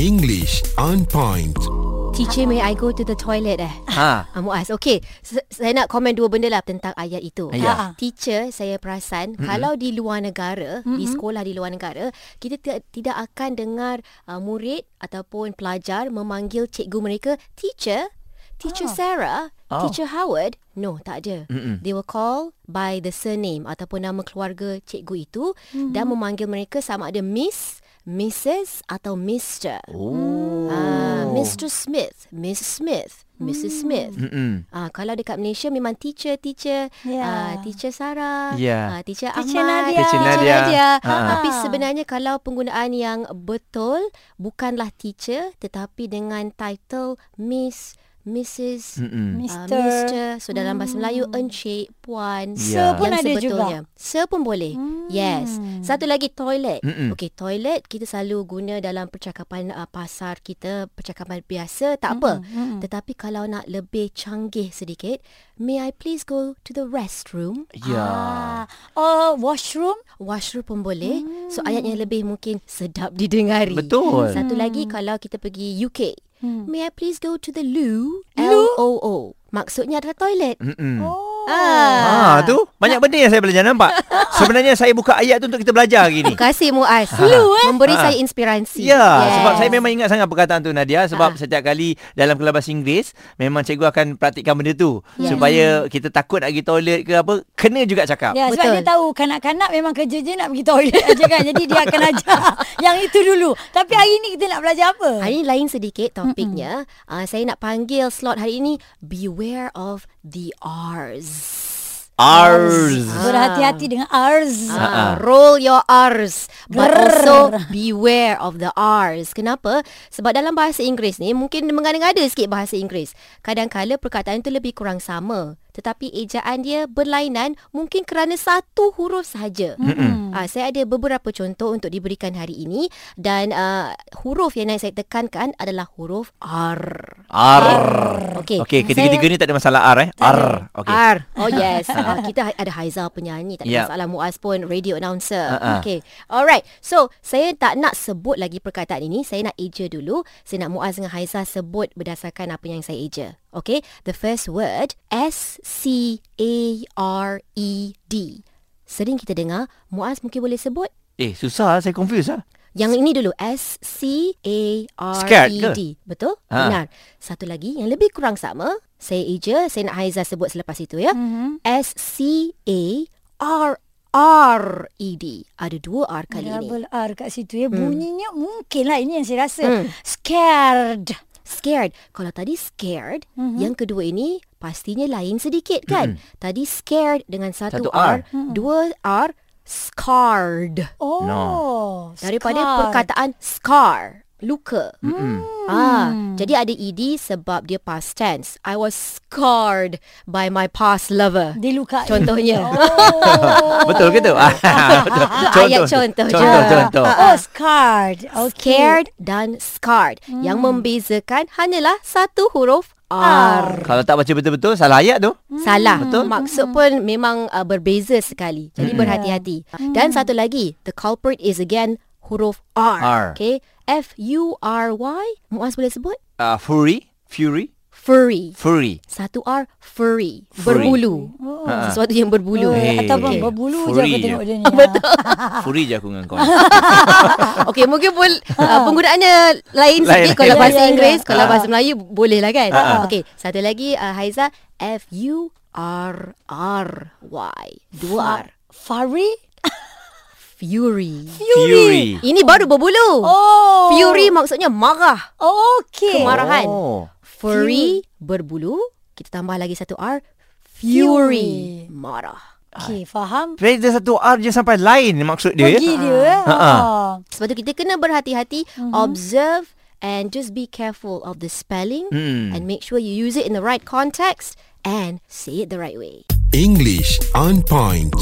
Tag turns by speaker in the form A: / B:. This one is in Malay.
A: English on point.
B: Teacher, may I go to the toilet eh?
C: Ha.
B: Ah, Muaz, okay. S- Saya nak komen dua benda lah tentang ayat itu. Ah.
C: Ya.
B: Teacher, saya perasan mm-hmm. kalau di luar negara, mm-hmm. di sekolah di luar negara, kita t- tidak akan dengar uh, murid ataupun pelajar memanggil cikgu mereka teacher, teacher oh. Sarah, oh.
C: Oh.
B: teacher Howard. No, tak ada. Mm-hmm. They will call by the surname ataupun nama keluarga cikgu itu mm-hmm. dan memanggil mereka sama ada miss, Mrs. atau Mr.
C: Oh.
B: Ah, Mr. Smith, Miss Smith, Mrs.
D: Hmm.
B: Smith.
C: Mm-mm.
B: Ah, kalau dekat Malaysia memang teacher, teacher,
D: Ya.
B: ah, teacher Sarah,
C: Ya.
B: ah, teacher,
D: Teacher
B: Ahmad, Ah.
D: Nadia. Ah, Teacher
C: Nadia. Ha.
B: Tapi sebenarnya kalau penggunaan yang betul bukanlah teacher tetapi dengan title Miss, Mrs.
C: Mm-mm.
B: ah,
D: Mister.
B: Mister. So dalam bahasa Melayu Encik, Puan
C: Ya.
D: Sir pun
B: yang
D: ada
B: sebetulnya.
D: juga.
B: Sir pun boleh. Hmm. Yes. Satu lagi toilet.
C: Mm-mm.
B: Okey, toilet kita selalu guna dalam percakapan uh, pasar kita, percakapan biasa, tak apa.
C: Hmm.
D: Hmm,
B: Mm-mm. Tetapi kalau nak lebih canggih sedikit, may I please go to the restroom?
C: Ya.
D: Ah. Oh, washroom.
B: Washroom pun boleh. So ayat yang lebih mungkin sedap didengari.
C: Hmm. Betul. Hmm.
B: Satu lagi kalau kita pergi UK, may I please go to the loo?
D: Loo?
B: L O O. Maksudnya adalah toilet.
C: Mm-mm.
D: Oh.
B: Ah.
C: Ah, tu banyak benda yang saya belajar nampak. Sebenarnya saya buka ayat tu untuk kita belajar hari ni.
B: Terima kasih Muaz. Lu eh. Memberi saya inspirasi.
C: Ha. Ya, yes. sebab saya memang ingat sangat perkataan tu Nadia sebab setiap kali dalam kelas bahasa Inggeris memang cikgu akan praktikkan benda tu
B: Yes.
C: supaya kita takut nak pergi toilet ke apa kena juga cakap.
D: Ya, sebab
B: Betul.
D: dia tahu kanak-kanak memang kerja je nak pergi toilet aja kan. Jadi dia akan ajar yang itu dulu. Tapi hari ni kita nak belajar apa?
B: Hari ini lain sedikit topiknya. Uh, saya nak panggil slot hari ini beware of the R's.
C: Ars.
D: Berhati-hati dengan R's.
B: Ah, roll your R's But also beware of the R's Kenapa? Sebab dalam bahasa Inggeris ni Mungkin dia mengada-ngada sikit bahasa Inggeris Kadang-kala perkataan tu lebih kurang sama Tetapi ejaan dia berlainan Mungkin kerana satu huruf sahaja mm-hmm. ah, Saya ada beberapa contoh untuk diberikan hari ini Dan ah, huruf yang saya tekankan adalah huruf R
C: Ar.
B: Okey.
C: Okey, ketiga-tiga ni tak ada masalah R eh.
B: Ar.
C: Ar. Okey.
B: R. Oh yes. Ah, kita ada Haizal penyanyi. Tak ada
C: Ya.
B: masalah. Muaz pun radio announcer.
C: Ah, ah.
B: Okay. Alright. So, saya tak nak sebut lagi perkataan ini. Saya nak eja dulu. Saya nak Muaz dengan Haizal sebut berdasarkan apa yang saya eja. Okay. The first word. S-C-A-R-E-D. E Sering kita dengar. Muaz mungkin boleh sebut.
C: Eh, susah lah, saya confuse lah.
B: Yang ini dulu S C A R
C: Scared
B: E
C: ke?
B: D. Betul?
C: Ha.
B: Ha. Benar. Satu lagi yang lebih kurang sama, saya eja, saya nak Haiza sebut selepas itu ya. Mm-hmm. S C A R R E D. Ada dua R kali ini. Hmm.
D: Double R kat situ ya. Bunyinya mungkin lah ini yang saya rasa. Scared.
B: Scared. Kalau tadi scared, mm-hmm. yang kedua ini pastinya lain sedikit kan? Mm-hmm. Tadi scared dengan satu,
C: Mhm. Satu
B: R,
C: R.
B: dua R, scarred.
D: Oh.
C: No.
B: Daripada
D: scarred.
B: perkataan scar, luka. Hmm. Ah, jadi ada ed sebab dia past tense. I was scarred by my past lover.
D: Dilukai.
B: Contohnya.
D: Oh.
C: Betul ke tu? Ah, Betul.
B: ayat contoh je.
C: Contoh, contoh.
D: Oh, scared. Okay.
B: Scared dan scarred. Hmm. Yang membezakan hanyalah satu huruf R.
D: R.
C: Kalau tak baca betul-betul, salah ayat tu.
B: Salah. Betul? Maksud pun memang uh, berbeza sekali. Jadi berhati-hati. Dan satu lagi, the culprit is again huruf
C: R.
B: R. Okay. F U R Y. Muaz boleh sebut?
C: Uh, fury, fury,
B: Furry.
C: fury.
B: Satu R furry,
C: Furry.
B: berbulu. Ha. Sesuatu yang berbulu.
D: Oh,
C: Hey.
D: Ataupun
C: Okay.
D: berbulu je
C: Free
D: aku
C: je.
D: tengok dia ni. Betul.
C: Fury je aku dengan kau.
B: Ah, Okey, mungkin pol, uh, penggunaannya lain sikit
C: Lain.
B: kalau
D: Ya,
B: bahasa
D: ya, Ah, ya.
B: Inggeris, kalau
C: Ah.
B: bahasa Melayu boleh lah kan. Okey, satu lagi uh, Haiza F U R R Y. Dua R.
D: Furry?
B: Fury.
C: Fury.
B: Ini baru berbulu.
D: Ya Oh.
B: Fury maksudnya marah.
D: Okay.
B: Kemarahan. Marahan.
C: Oh.
B: Furry berbulu, kita tambah lagi satu R. Fury.
D: Fury.
B: Marah.
D: Okay, faham?
C: Tapi dia satu R je sampai lain maksud dia.
D: Pergi dia.
C: Ha, ha.
D: Ah.
B: Sebab tu kita kena berhati-hati, mm-hmm. observe and just be careful of the spelling
C: Hmm.
B: and make sure you use it in the right context and say it the right way.
A: English on point.